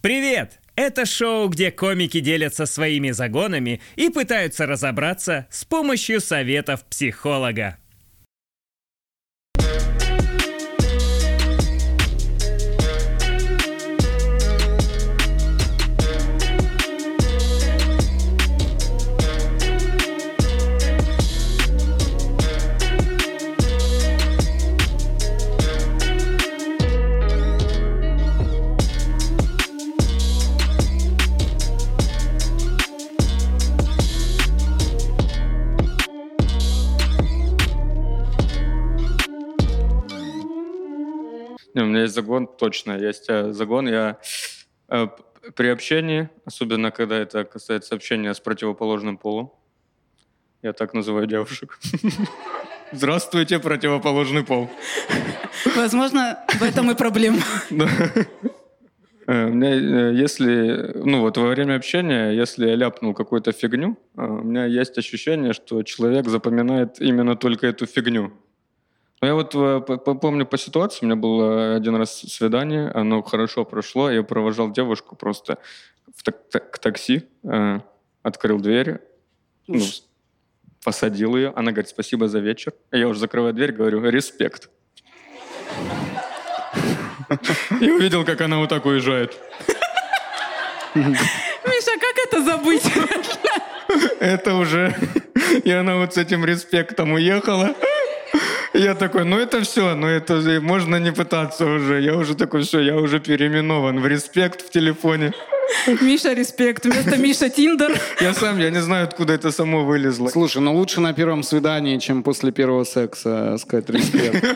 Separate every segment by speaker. Speaker 1: Привет! Это шоу, где комики делятся своими загонами и пытаются разобраться с помощью советов психолога.
Speaker 2: Не, Ну, у меня есть загон, точно, есть э, загон. Я э, п- при общении, особенно когда это касается общения с противоположным полом, я так называю девушек. Здравствуйте, противоположный пол.
Speaker 3: Возможно, в этом и проблема.
Speaker 2: Да. Э, У меня, э, если, ну вот во время общения, если я ляпнул какую-то фигню, э, у меня есть ощущение, что человек запоминает именно только эту фигню. Но я вот э, по- по- помню по ситуации, у меня было один раз свидание, оно хорошо прошло, я провожал девушку просто в так- так- к такси, э, открыл дверь, ну, с- посадил ее, она говорит, спасибо за вечер. Я уже закрываю дверь, говорю, респект. И увидел, как она вот так уезжает.
Speaker 3: Миша, как это забыть?
Speaker 2: Это уже... И она вот с этим респектом уехала. Я такой, ну это все, ну это же можно не пытаться уже. Я уже такой, все, я уже переименован в респект в телефоне.
Speaker 3: Миша, респект. Вместо Миша Тиндер.
Speaker 2: Я сам, я не знаю, откуда это само вылезло.
Speaker 4: Слушай, ну лучше на первом свидании, чем после первого секса э, сказать респект.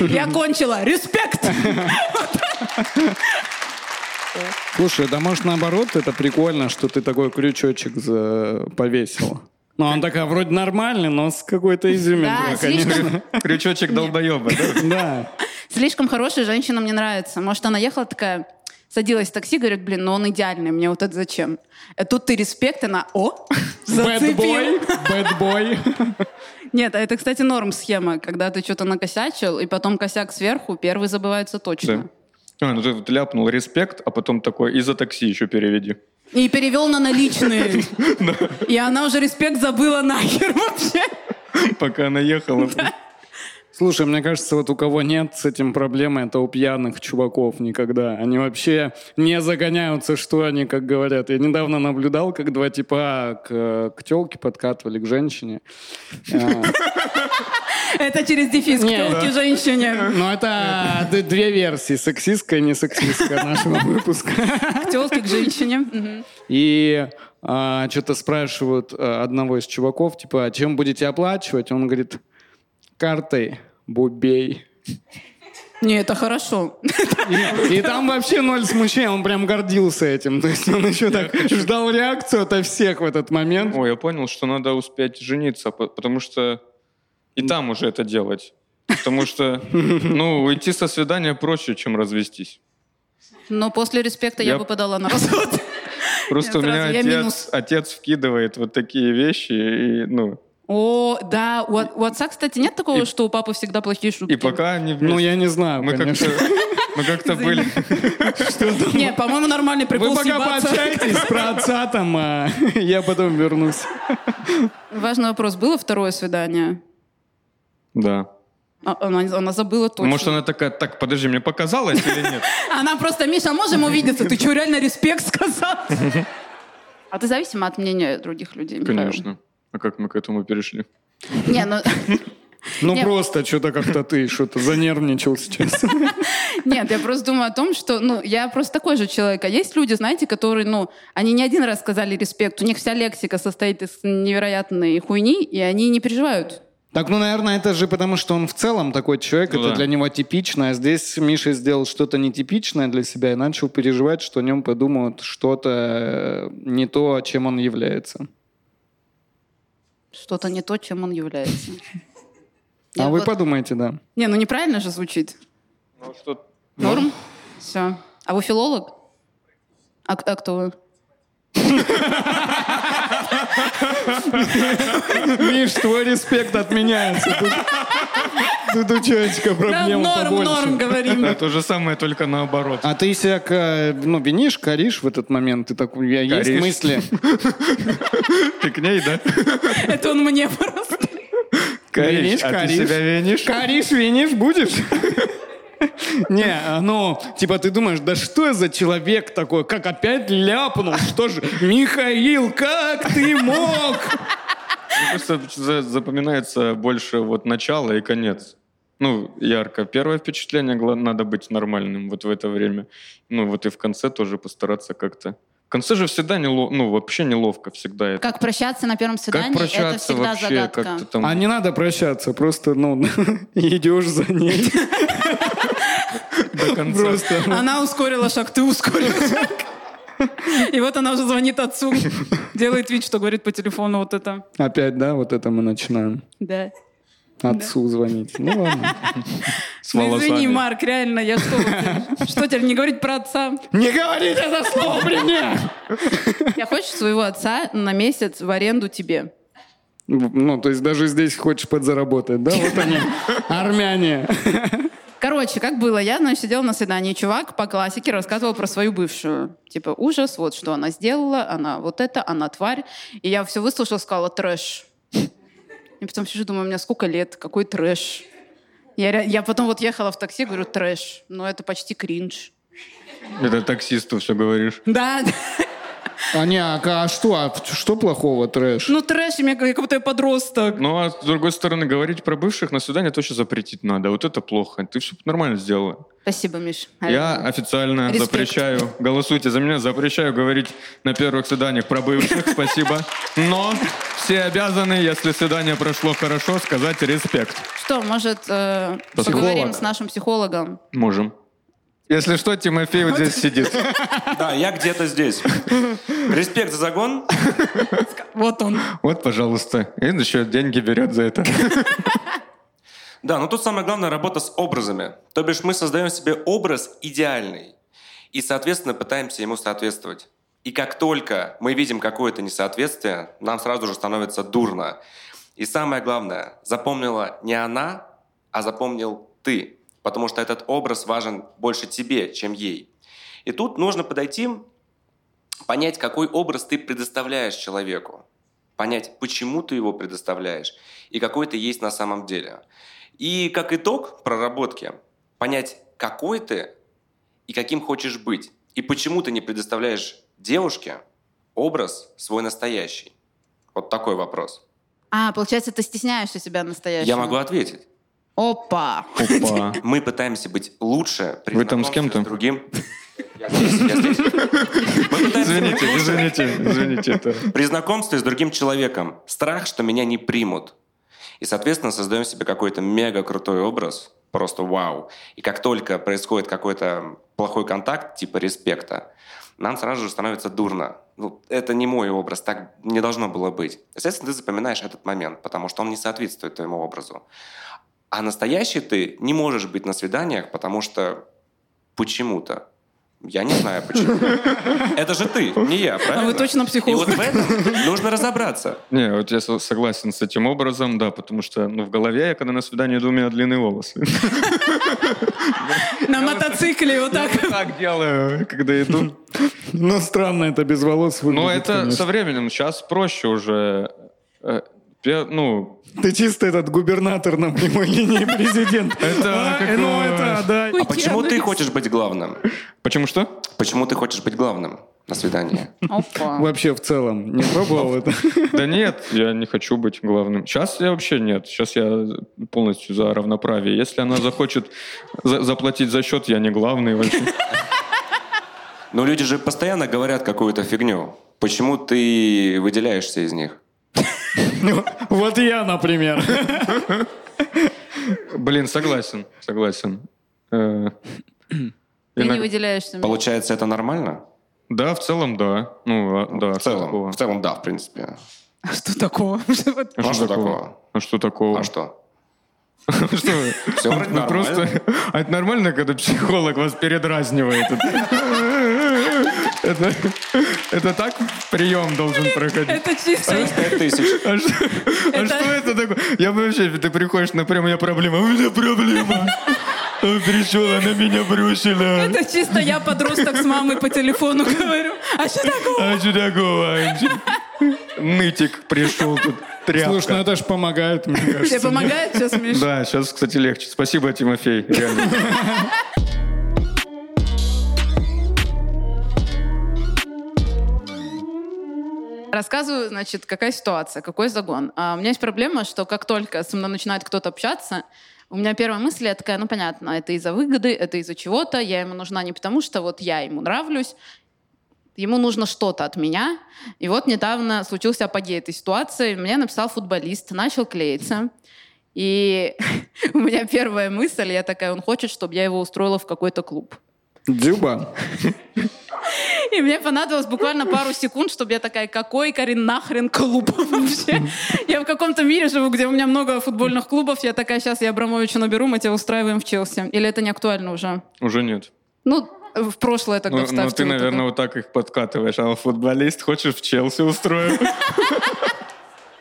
Speaker 3: Я кончила. Респект!
Speaker 4: Слушай, да может наоборот, это прикольно, что ты такой крючочек за- повесила. Ну, он такая вроде нормальный, но с какой-то изюминкой,
Speaker 3: Да, слишком,
Speaker 2: Крючочек долбоеба, да?
Speaker 4: Да.
Speaker 3: слишком хорошая женщина мне нравится. Может, она ехала такая, садилась в такси, говорит, блин, ну он идеальный, мне вот это зачем? А тут ты респект, она, о, зацепил.
Speaker 4: Бэтбой, бэтбой.
Speaker 3: Нет, а это, кстати, норм схема, когда ты что-то накосячил, и потом косяк сверху, первый забывается
Speaker 2: Да.
Speaker 3: точно.
Speaker 2: А, ну ты вот ляпнул респект, а потом такой, и за такси еще переведи.
Speaker 3: И перевел на наличные. И она уже респект забыла нахер вообще.
Speaker 2: Пока она ехала.
Speaker 4: Слушай, мне кажется, вот у кого нет с этим проблемы, это у пьяных чуваков никогда. Они вообще не загоняются, что они, как говорят. Я недавно наблюдал, как два типа к, э, к телке подкатывали, к женщине. Э,
Speaker 3: Это через дефис.
Speaker 4: Не,
Speaker 3: К тёлке женщине.
Speaker 4: Но это д- две версии, сексистская и не сексистская нашего выпуска.
Speaker 3: К тёлке, к женщине. Мгм.
Speaker 4: И что-то спрашивают э, одного из чуваков, типа, «А чем будете оплачивать? Он говорит, картой, бубей.
Speaker 3: Не, это хорошо.
Speaker 4: И, и там вообще ноль смущения, он прям гордился этим. То есть он еще так ждал реакцию ото всех в этот момент.
Speaker 2: Ой, я понял, что надо успеть жениться, по- потому что и там уже это делать. Потому что, ну, уйти со свидания проще, чем развестись.
Speaker 3: Но после респекта я
Speaker 2: Я-
Speaker 3: бы подала на развод.
Speaker 2: Просто
Speaker 3: Я
Speaker 2: у меня
Speaker 3: сразу- я
Speaker 2: отец,
Speaker 3: минус.
Speaker 2: отец вкидывает вот такие вещи, и, ну,
Speaker 3: О, да, у от- у отца, кстати, нет такого,
Speaker 2: И-
Speaker 3: что у папы всегда плохие шутки?
Speaker 2: и пока они
Speaker 4: Ну,
Speaker 2: вместе.
Speaker 4: я не знаю,
Speaker 2: Мы как-то
Speaker 4: конечно.
Speaker 2: мы как-то были.
Speaker 3: Не, по-моему, нормальный прикол
Speaker 4: Вы пока
Speaker 3: съебаться.
Speaker 4: пообщайтесь про отца там, а я потом вернусь.
Speaker 3: Важный вопрос. Было второе свидание?
Speaker 2: Да.
Speaker 3: А, Она, она забыла точно.
Speaker 2: Может, она такая, так, подожди, мне показалось или нет?
Speaker 3: Она просто, Миша, а можем увидеться? Ты что, реально респект сказал? А ты зависима от мнения других людей? Михаил?
Speaker 2: Конечно. А как мы к этому перешли?
Speaker 3: Не, ну,
Speaker 4: Ну,
Speaker 3: Не.
Speaker 4: просто что-то как-то ты что-то занервничал сейчас.
Speaker 3: нет, я просто думаю о том, что, ну, я просто такой же человек. А есть люди, знаете, которые, ну, они не один раз сказали респект, у них вся лексика состоит из невероятной хуйни, и они не переживают.
Speaker 4: Так, ну, наверное, это же потому, что он в целом такой человек,
Speaker 2: Ну
Speaker 4: это
Speaker 2: да.
Speaker 4: для него типично, а здесь Миша сделал что-то нетипичное для себя и начал переживать, что о нем подумают что-то э, не то, чем он является.
Speaker 3: Что-то не то, чем он является.
Speaker 4: А
Speaker 3: Я
Speaker 4: вы
Speaker 3: вот-
Speaker 4: подумайте, да.
Speaker 3: Не, ну неправильно же звучит.
Speaker 2: Ну, что
Speaker 3: Норм? Все. А вы филолог? А, к- а кто вы?
Speaker 4: Миш, твой респект отменяется. Тут у человечка проблем
Speaker 3: норм, норм,
Speaker 4: побольше.
Speaker 3: говорим.
Speaker 2: Да, То же самое, только наоборот.
Speaker 4: А ты себя, э, ну, винишь, коришь в этот момент? Ты такой, я есть
Speaker 2: Коришь.
Speaker 4: мысли?
Speaker 2: Ты к ней, да?
Speaker 3: Это он мне просто.
Speaker 4: Коришь,
Speaker 2: а ты
Speaker 4: коришь.
Speaker 2: себя винишь?
Speaker 4: Коришь, винишь будешь? Не, а, ну, типа ты думаешь, да что я за человек такой, как опять ляпнул, что же, Михаил, как ты мог?
Speaker 2: Ну, Просто за- запоминается больше вот начало и конец. Ну, ярко. Первое впечатление гла- надо быть нормальным вот в это время. Ну, вот и в конце тоже постараться как-то. В конце же всегда неловко, ну, вообще неловко всегда это.
Speaker 3: Как прощаться на первом свидании, это
Speaker 2: прощаться
Speaker 3: всегда
Speaker 2: вообще,
Speaker 3: загадка.
Speaker 2: как-то там...
Speaker 4: А не надо прощаться, просто, ну, идешь за ней.
Speaker 2: до конца.
Speaker 4: Просто.
Speaker 3: Она ускорила шаг, ты ускорил шаг. И вот она уже звонит отцу, делает вид, что говорит по телефону вот это.
Speaker 4: Опять, да, вот это мы начинаем.
Speaker 3: Да.
Speaker 4: Отцу звонить. Ну ладно.
Speaker 2: С
Speaker 3: Ну,
Speaker 2: волосами.
Speaker 3: извини, Марк, реально, я что? вот, Что теперь не говорить про отца?
Speaker 4: Не говорите это слово при мне!
Speaker 3: Я хочу своего отца на месяц в аренду тебе.
Speaker 4: Ну, то есть даже здесь хочешь подзаработать, да? Вот они, армяне.
Speaker 3: Короче, как было, я, значит, сидела на свидании, и чувак по классике рассказывал про свою бывшую. Типа, ужас, вот что она сделала, она вот это, она тварь. И я все выслушала, сказала, трэш. И потом сижу, думаю, у меня сколько лет, какой трэш. Я, ре- я потом вот ехала в такси, говорю, трэш. Ну, это почти кринж.
Speaker 2: Это таксисту все говоришь.
Speaker 3: Да,
Speaker 4: А не, а, а что, а что плохого трэш?
Speaker 3: ну трэш, и мне как будто я подросток.
Speaker 2: Ну, а с другой стороны, говорить про бывших на свидание точно запретить надо. Вот это плохо. Ты все нормально сделала.
Speaker 3: Спасибо, Миш.
Speaker 2: Я официально
Speaker 3: Респект.
Speaker 2: запрещаю, голосуйте за меня, запрещаю говорить на первых свиданиях про бывших, спасибо. Но все обязаны, если свидание прошло хорошо, сказать респект.
Speaker 3: Что, может, э,
Speaker 2: Психолог.
Speaker 3: поговорим с нашим психологом?
Speaker 2: Можем. Если что, Тимофей вот здесь сидит.
Speaker 5: Да, я где-то здесь. Респект за загон.
Speaker 3: Вот он.
Speaker 2: Вот, пожалуйста. И еще деньги берет за это.
Speaker 5: Да, но тут самое главное работа с образами. То бишь мы создаем себе образ идеальный и, соответственно, пытаемся ему соответствовать. И как только мы видим какое-то несоответствие, нам сразу же становится дурно. И самое главное, запомнила не она, а запомнил ты, потому что этот образ важен больше тебе, чем ей. И тут нужно подойти, понять, какой образ ты предоставляешь человеку, понять, почему ты его предоставляешь и какой ты есть на самом деле. И как итог проработки, понять, какой ты и каким хочешь быть, и почему ты не предоставляешь девушке образ свой настоящий. Вот такой вопрос.
Speaker 3: А, получается, ты стесняешься себя настоящего.
Speaker 5: Я могу ответить.
Speaker 3: Опа!
Speaker 2: Опа.
Speaker 5: Мы пытаемся быть лучше при
Speaker 2: Вы там с
Speaker 5: знакомстве
Speaker 2: кем-то?
Speaker 5: другим. Я здесь, я здесь. Мы пытаемся
Speaker 2: Извините,
Speaker 5: быть лучше
Speaker 2: извините, извините. Это...
Speaker 5: При знакомстве с другим человеком страх, что меня не примут. И, соответственно, создаем себе какой-то мега крутой образ, просто вау. И как только происходит какой-то плохой контакт, типа респекта, нам сразу же становится дурно. Ну, это не мой образ, так не должно было быть. Естественно, ты запоминаешь этот момент, потому что он не соответствует твоему образу. А настоящий ты не можешь быть на свиданиях, потому что почему-то. Я не знаю почему. Это же ты, не я, правильно?
Speaker 3: А вы точно
Speaker 5: И вот
Speaker 3: психолог.
Speaker 5: в этом нужно разобраться.
Speaker 2: Не, вот я со- согласен с этим образом, да, потому что ну, в голове я, когда на свидание иду, у меня длинные волосы.
Speaker 3: На мотоцикле вот так.
Speaker 2: Так делаю, когда иду.
Speaker 4: Ну, странно это без волос выглядит,
Speaker 2: Но Ну, это
Speaker 4: конечно.
Speaker 2: со временем. Сейчас проще уже. Э, пе- Ну,
Speaker 4: Ты чисто этот губернатор на прямой линии президент.
Speaker 2: Это
Speaker 4: А,
Speaker 2: как
Speaker 4: Ну,
Speaker 2: у-
Speaker 4: это, да.
Speaker 5: А почему
Speaker 3: ну
Speaker 5: ты хочешь быть главным?
Speaker 2: почему что?
Speaker 5: Почему ты хочешь быть главным на свидании?
Speaker 3: Опа.
Speaker 4: Вообще в целом, не пробовал это?
Speaker 2: Да нет, я не хочу быть главным. Сейчас я вообще нет. Сейчас я полностью за равноправие. Если она захочет за- заплатить за счет, я не главный вообще.
Speaker 5: Но Ну, люди же постоянно говорят какую-то фигню. Почему ты выделяешься из них?
Speaker 4: Ну, Вот я, например.
Speaker 2: Блин, согласен, согласен. Э,
Speaker 3: Ты не
Speaker 2: иногда-
Speaker 3: выделяешься.
Speaker 5: Получается, это нормально?
Speaker 2: Да, в целом, да. Ну, а- да,
Speaker 5: в
Speaker 2: что такого?
Speaker 5: целом, в целом, да, в принципе.
Speaker 3: Что такого?
Speaker 2: А
Speaker 5: А что такого?
Speaker 2: А что такого?
Speaker 5: А что?
Speaker 2: Что вы?
Speaker 5: Все вроде
Speaker 2: Ну,
Speaker 5: нормально.
Speaker 2: просто... А это нормально, когда психолог вас передразнивает? Это, это так прием должен проходить.
Speaker 3: Это чисто...
Speaker 5: Пять тысяч.
Speaker 2: А что, а
Speaker 3: Это-
Speaker 2: что это такое? Я вообще, ты приходишь на прям, у меня проблема. У меня проблема. Он пришел, она меня бросила.
Speaker 3: Это чисто я подросток с мамой по телефону говорю. А что такое?
Speaker 2: А что такого? Анти? Нытик пришел тут. Тряпка.
Speaker 4: Слушай, ну это ж помогает, мне кажется.
Speaker 3: Тебе помогает сейчас, Миш?
Speaker 2: Да, сейчас, кстати, легче. Спасибо, Тимофей. реально.
Speaker 3: Рассказываю, значит, какая ситуация, какой загон. А, у меня есть проблема, что как только со мной начинает кто-то общаться, у меня первая мысль я такая, ну понятно, это из-за выгоды, это из-за чего-то, я ему нужна не потому, что вот я ему нравлюсь, ему нужно что-то от меня. И вот недавно случился апогей этой ситуации, мне написал футболист, начал клеиться. И у меня первая мысль, я такая, он хочет, чтобы я его устроила в какой-то клуб.
Speaker 4: Дюба.
Speaker 3: И мне понадобилось буквально пару секунд, чтобы я такая, какой, Карин, нахрен клуб вообще? Я в каком-то мире живу, где у меня много футбольных клубов. Я такая, сейчас я Абрамовичу наберу, мы тебя устраиваем в Челси. Или это не актуально уже?
Speaker 2: Уже нет.
Speaker 3: Ну, в прошлое тогда
Speaker 2: Ну,
Speaker 3: вставьте.
Speaker 2: ну, ты,
Speaker 3: вот это.
Speaker 2: наверное, вот так их подкатываешь. А он футболист, хочешь в Челси устроим?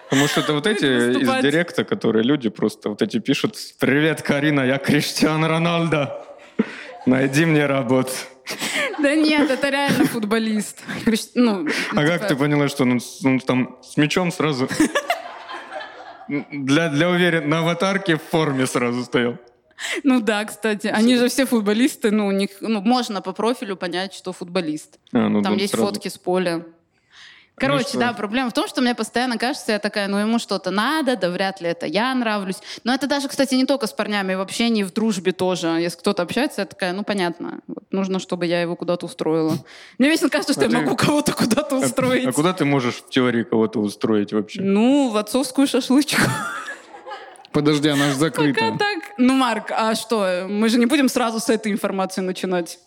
Speaker 2: Потому что это вот эти из
Speaker 3: наступать.
Speaker 2: директа, которые люди просто вот эти пишут «Привет, Карина, я Криштиан Роналдо. Найди мне работу».
Speaker 3: Да нет, это реально футболист. Криш- Ну,
Speaker 2: А как ты поняла, что он, с- он там с мячом сразу... Для, для уверен, на аватарке в форме сразу стоял.
Speaker 3: ну да, кстати. Они же все футболисты, ну, у них, ну, можно по профилю понять, что футболист.
Speaker 2: А, ну,
Speaker 3: Там
Speaker 2: он
Speaker 3: есть
Speaker 2: сразу.
Speaker 3: фотки с поля. Короче,
Speaker 2: что?
Speaker 3: да, проблема в том, что мне постоянно кажется, я такая, ну ему что-то надо, да вряд ли это я нравлюсь. Но это даже, кстати, не только с парнями, в общении, в дружбе тоже. Если кто-то общается, я такая, ну понятно, вот нужно, чтобы я его куда-то устроила. Мне вечно кажется, что
Speaker 2: А
Speaker 3: я
Speaker 2: ты-
Speaker 3: могу кого-то куда-то
Speaker 2: А-
Speaker 3: устроить.
Speaker 2: А, куда ты можешь в теории кого-то устроить вообще?
Speaker 3: Ну, в отцовскую шашлычку.
Speaker 4: Подожди, она ж
Speaker 3: Пока
Speaker 4: закрыта.
Speaker 3: так. Ну, Марк, а что, мы же не будем сразу с этой информации начинать.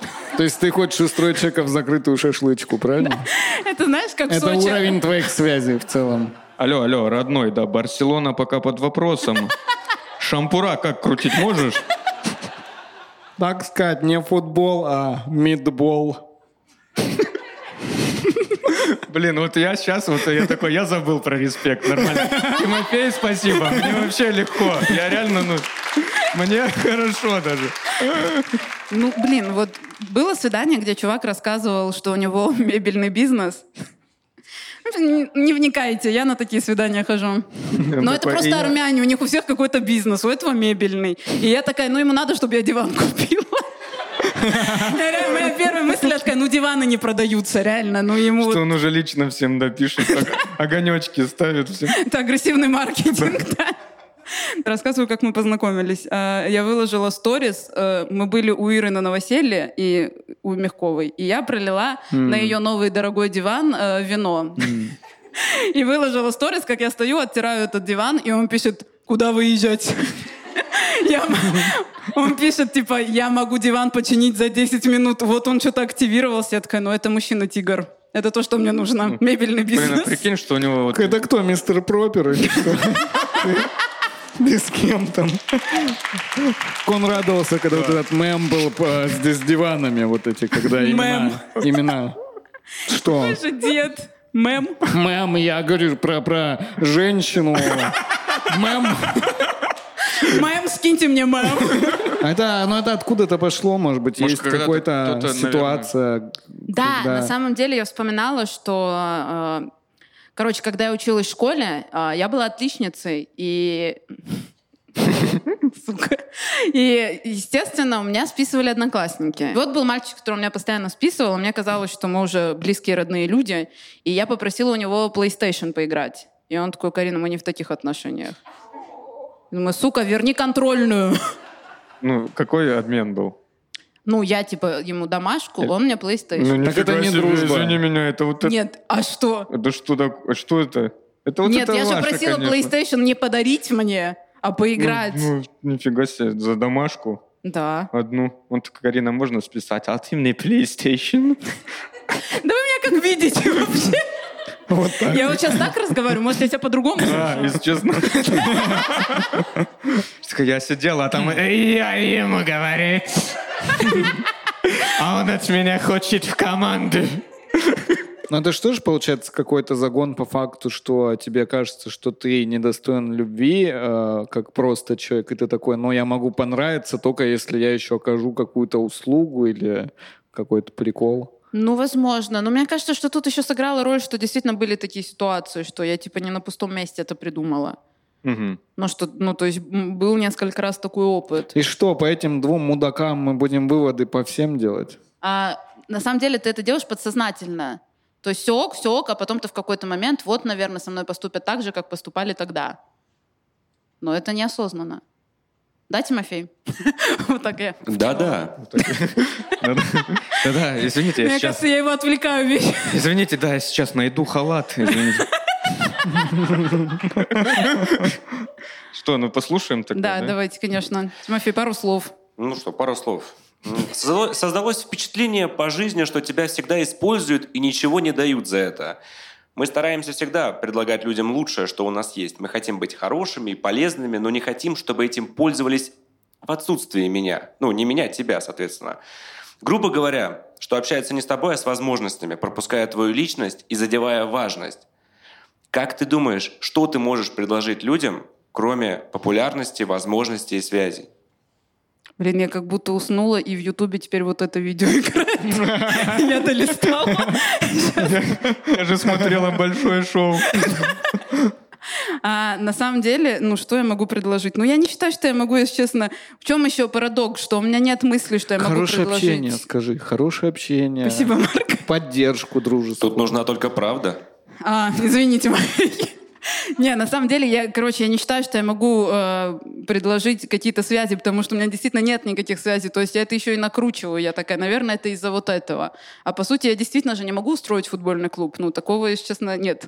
Speaker 4: То есть ты хочешь устроить человека в закрытую шашлычку, правильно?
Speaker 3: Это знаешь, как в
Speaker 4: Это
Speaker 3: Сочи.
Speaker 4: уровень твоих связей в целом.
Speaker 2: Алло, алло, родной, да, Барселона пока под вопросом. Шампура как крутить можешь?
Speaker 4: Так сказать, не футбол, а мидбол.
Speaker 2: Блин, вот я сейчас, вот я такой, я забыл про респект, нормально. Тимофей, спасибо, мне вообще легко, я реально, ну, мне хорошо даже.
Speaker 3: Ну, блин, вот было свидание, где чувак рассказывал, что у него мебельный бизнес. Ну, Не не вникайте, я на такие свидания хожу. Но Ну, это
Speaker 2: такой, и
Speaker 3: просто
Speaker 2: я-
Speaker 3: армяне, у них у всех какой-то бизнес, у этого мебельный. И я такая, ну ему надо, чтобы я диван купила. Я реально, Моя первая мысль я такая, ну диваны не продаются, реально, ну ему
Speaker 2: Что
Speaker 3: вот
Speaker 2: он уже лично всем допишет, ог- огонечки ставит всем.
Speaker 3: это агрессивный маркетинг, да. Рассказываю, как мы познакомились. А, Я выложила сторис. э, Мы были у Иры на новоселье и у Мягковой. И я пролила на ее новый дорогой диван э, вино. И выложила сторис, как я стою, оттираю этот диван, и он пишет, куда выезжать? Я м- Он пишет, типа, я могу диван починить за 10 минут. Вот он что-то активировался. Я такая, ну это мужчина-тигр. Это то, что мне нужно. Мебельный бизнес.
Speaker 2: Блин, а прикинь, что у него вот...
Speaker 4: Это кто, мистер Пропер или что? Ты с кем там? Он радовался, когда вот этот мем был по- здесь с диванами, вот эти, когда имена. Имена. Что?
Speaker 3: же дед. Мем.
Speaker 4: Мем, я говорю про, про женщину. Мем.
Speaker 3: Мем, скиньте мне мем.
Speaker 4: Это, ну это откуда-то пошло, может быть,
Speaker 2: Может,
Speaker 4: есть
Speaker 2: когда-то
Speaker 4: какая-то
Speaker 2: кто-то,
Speaker 4: ситуация.
Speaker 3: Да,
Speaker 4: когда-
Speaker 3: на самом деле я вспоминала, что... э, Короче, когда я училась в школе, э, я была отличницей, и... Сука. И, естественно, у меня списывали одноклассники. Вот был мальчик, который меня постоянно списывал, и мне казалось, что мы уже близкие родные люди, и я попросила у него PlayStation поиграть. И он такой, Карина, мы не в таких отношениях. Я Думаю, сука, верни контрольную.
Speaker 2: Ну, какой обмен был?
Speaker 3: Ну, я, типа, ему домашку, он мне PlayStation.
Speaker 2: Ну,
Speaker 4: Так это
Speaker 2: нифига
Speaker 4: не
Speaker 2: себе,
Speaker 4: дружба.
Speaker 2: Извини меня, это вот это...
Speaker 3: Нет, а что?
Speaker 2: Да что такое? Что это? Это Ну, вот
Speaker 3: Нет,
Speaker 2: это
Speaker 3: я же
Speaker 2: ваше,
Speaker 3: просила
Speaker 2: конечно.
Speaker 3: PlayStation не подарить мне, а
Speaker 2: Ну,
Speaker 3: поиграть.
Speaker 2: Ну, нифига себе, за домашку
Speaker 3: Да.
Speaker 2: одну. Он такой, Карина, можно списать? А ты мне PlayStation?
Speaker 3: Да вы меня как видите вообще? Я вот сейчас так разговариваю, может, я тебя по-другому
Speaker 2: Да, если честно. Такая, Я сидела, а там... «Эй, Я ему говорю. А он от меня хочет в команду.
Speaker 4: Но Ну, это что же получается какой-то загон по факту, что тебе кажется, что ты недостоин любви, э, как просто человек, и ты такой, но я могу понравиться только если я еще окажу какую-то услугу или какой-то прикол.
Speaker 3: Ну, возможно. Но мне кажется, что тут еще сыграла роль, что действительно были такие ситуации, что я типа не на пустом месте это придумала.
Speaker 2: Мгм.
Speaker 3: Ну, что, ну, то есть м, был несколько раз такой опыт.
Speaker 4: И что, по этим двум мудакам мы будем выводы по всем делать?
Speaker 3: А на самом деле ты это делаешь подсознательно. То есть все ок, все ок, а потом ты в какой-то момент, вот, наверное, со мной поступят так же, как поступали тогда. Но это неосознанно. Да, Тимофей? Вот так я.
Speaker 5: Да-да.
Speaker 2: Да-да, извините, я
Speaker 3: Мне
Speaker 2: сейчас...
Speaker 3: кажется, я его отвлекаю вещь.
Speaker 2: Извините, да, я сейчас найду халат, извините. Что, ну послушаем тогда,
Speaker 3: Да, давайте, конечно. Тимофей, пару слов.
Speaker 5: Ну что, пару слов. М, создало- Создалось впечатление по жизни, что тебя всегда используют и ничего не дают за это. Мы стараемся всегда предлагать людям лучшее, что у нас есть. Мы хотим быть хорошими и полезными, но не хотим, чтобы этим пользовались в отсутствии меня. Ну, не меня, тебя, соответственно. Грубо говоря, что общается не с тобой, а с возможностями, пропуская твою личность и задевая важность. Как ты думаешь, что ты можешь предложить людям, кроме популярности, возможностей и связей?
Speaker 3: Блин, я как будто уснула, и в Ютубе теперь вот это видео играет. Я долистала.
Speaker 2: Я же смотрела большое шоу.
Speaker 3: А на самом деле, ну что я могу предложить? Ну я не считаю, что я могу, если честно. В чем еще парадокс, что у меня нет мысли, что я могу
Speaker 4: Хорошее
Speaker 3: предложить?
Speaker 4: общение, скажи. Хорошее общение.
Speaker 3: Спасибо, Марк.
Speaker 4: Поддержку, дружество.
Speaker 5: Тут нужна только правда.
Speaker 3: А, извините, Марк. Не, на самом деле, я, короче, я не считаю, что я могу э, предложить какие-то связи, потому что у меня действительно нет никаких связей. То есть я это еще и накручиваю. Я такая, наверное, это из-за вот этого. А по сути, я действительно же не могу устроить футбольный клуб. Ну, такого, если честно, нет.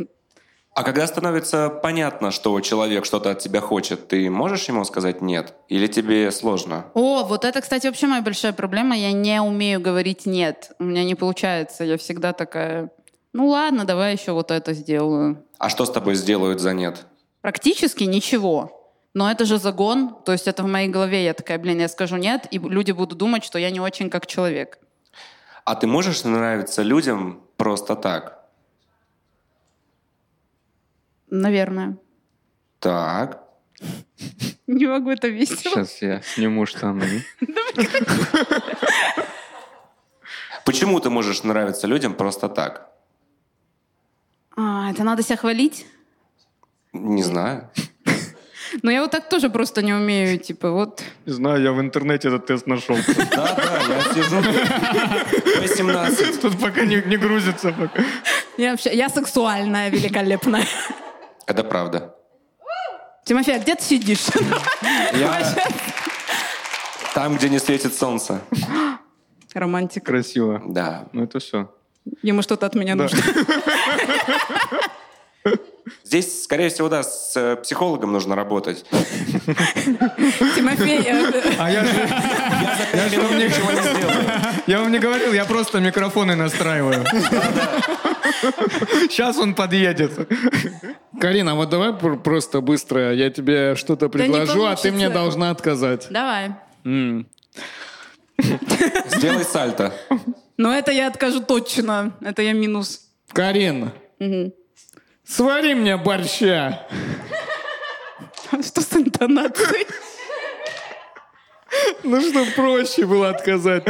Speaker 5: А когда становится понятно, что человек что-то от тебя хочет, ты можешь ему сказать нет? Или тебе сложно?
Speaker 3: О, вот это, кстати, вообще моя большая проблема. Я не умею говорить «нет». У меня не получается. Я всегда такая, ну ладно, давай еще вот это сделаю.
Speaker 5: А что с тобой сделают за нет?
Speaker 3: Практически ничего. Но это же загон. То есть это в моей голове. Я такая, блин, я скажу «нет», и люди будут думать, что я не очень как человек.
Speaker 5: А ты можешь нравиться людям просто так?
Speaker 3: Наверное.
Speaker 5: Так.
Speaker 3: Не могу это весело.
Speaker 2: Сейчас я сниму штаны.
Speaker 5: Почему ты можешь нравиться людям просто так?
Speaker 3: А, это надо себя хвалить?
Speaker 5: Не знаю.
Speaker 3: Но я вот так тоже просто не умею. Типа вот...
Speaker 2: Не знаю, я в интернете этот тест нашел.
Speaker 5: Да, да, я сижу. 18.
Speaker 2: Тут пока не, не грузится. Пока.
Speaker 3: Я, вообще... я сексуальная, великолепная.
Speaker 5: Это правда.
Speaker 3: Тимофей, а где ты сидишь?
Speaker 5: Я там, где не светит солнце.
Speaker 3: Романтика.
Speaker 2: Красиво.
Speaker 5: Да.
Speaker 2: Ну это все.
Speaker 3: Ему что-то от меня нужно.
Speaker 5: Здесь, скорее всего, да, с э, психологом нужно работать.
Speaker 3: Тимофей, э,
Speaker 2: А я же... Я же вам ничего не Я вам не говорил, я просто микрофоны настраиваю. Сейчас он подъедет.
Speaker 4: Карина, вот давай пр- просто быстро я тебе что-то
Speaker 3: не
Speaker 4: предложу, а ты мне
Speaker 3: получится.
Speaker 4: должна отказать.
Speaker 3: давай.
Speaker 5: Сделай сальто.
Speaker 3: Но это я откажу точно. Это я минус.
Speaker 4: Карин, свари мне борща.
Speaker 3: Что с интонацией?
Speaker 4: Ну, чтобы проще было отказать.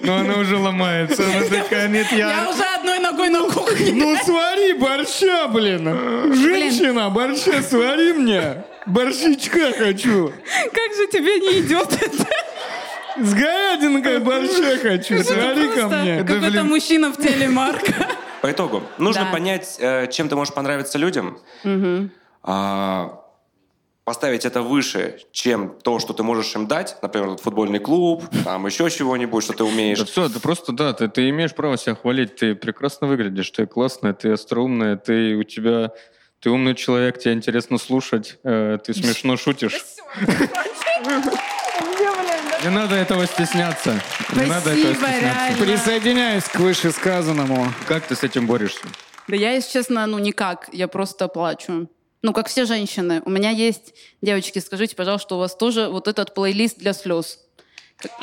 Speaker 2: Но она уже ломается. Она такая, нет,
Speaker 3: Я уже одной ногой на кухне.
Speaker 4: Ну, свари борща, блин. Женщина, борща свари мне. Борщичка хочу.
Speaker 3: Как же тебе не идет это?
Speaker 4: С говядинкой борща хочу. Свари ко
Speaker 3: Просто
Speaker 4: мне.
Speaker 2: Да,
Speaker 3: Какой-то
Speaker 2: блин.
Speaker 3: мужчина в теле Марка.
Speaker 5: По итогу, нужно
Speaker 3: Да.
Speaker 5: понять, э, чем ты можешь понравиться людям, А, поставить это выше, чем то, что ты можешь им дать, например, вот футбольный клуб, там еще чего-нибудь, что ты умеешь.
Speaker 2: все, ты просто, да, ты, ты имеешь право себя хвалить, ты прекрасно выглядишь, ты классная, ты остроумная, ты у тебя... Ты умный человек, тебя интересно слушать, э, ты смешно шутишь. Не надо этого стесняться. Не надо этого
Speaker 3: Спасибо,
Speaker 2: стесняться.
Speaker 3: реально.
Speaker 4: Присоединяюсь к вышесказанному.
Speaker 2: Как ты с этим борешься?
Speaker 3: Да я, если честно, ну никак. Я просто плачу. Ну, как все женщины. У меня есть... Девочки, скажите, пожалуйста, у вас тоже вот этот плейлист для слез?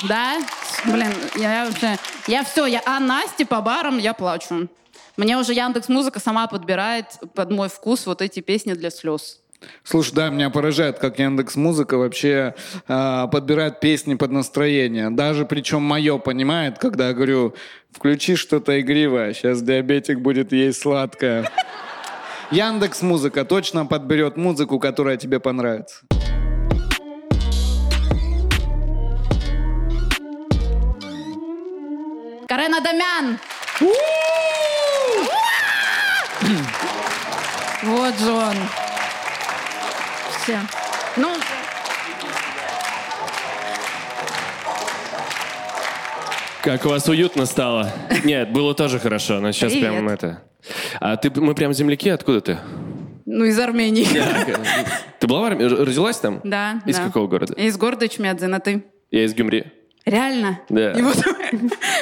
Speaker 3: Да? Блин, я вообще... Я все, я а Насте по барам я плачу. Мне уже Яндекс Музыка сама подбирает под мой вкус вот эти песни для слез.
Speaker 4: Слушай, да, меня поражает, как Яндекс Музыка вообще э, подбирает песни под настроение. Даже причем мое понимает, когда я говорю, включи что-то игривое, сейчас диабетик будет есть сладкое. Яндекс Музыка точно подберет музыку, которая тебе понравится.
Speaker 3: Карен Адамян! Вот же он. Все. Ну,
Speaker 6: Как у вас уютно стало. Нет, было тоже хорошо, но сейчас
Speaker 3: Привет.
Speaker 6: прям это... А ты, мы прям земляки, откуда ты?
Speaker 3: ну из Армении.
Speaker 6: Ты была в армии? Р- Родилась там?
Speaker 3: Да.
Speaker 6: Из
Speaker 3: да.
Speaker 6: какого города?
Speaker 3: Из города Чмядзина. Ты?
Speaker 6: Я из Гюмри.
Speaker 3: Реально?
Speaker 6: Да.
Speaker 3: И вот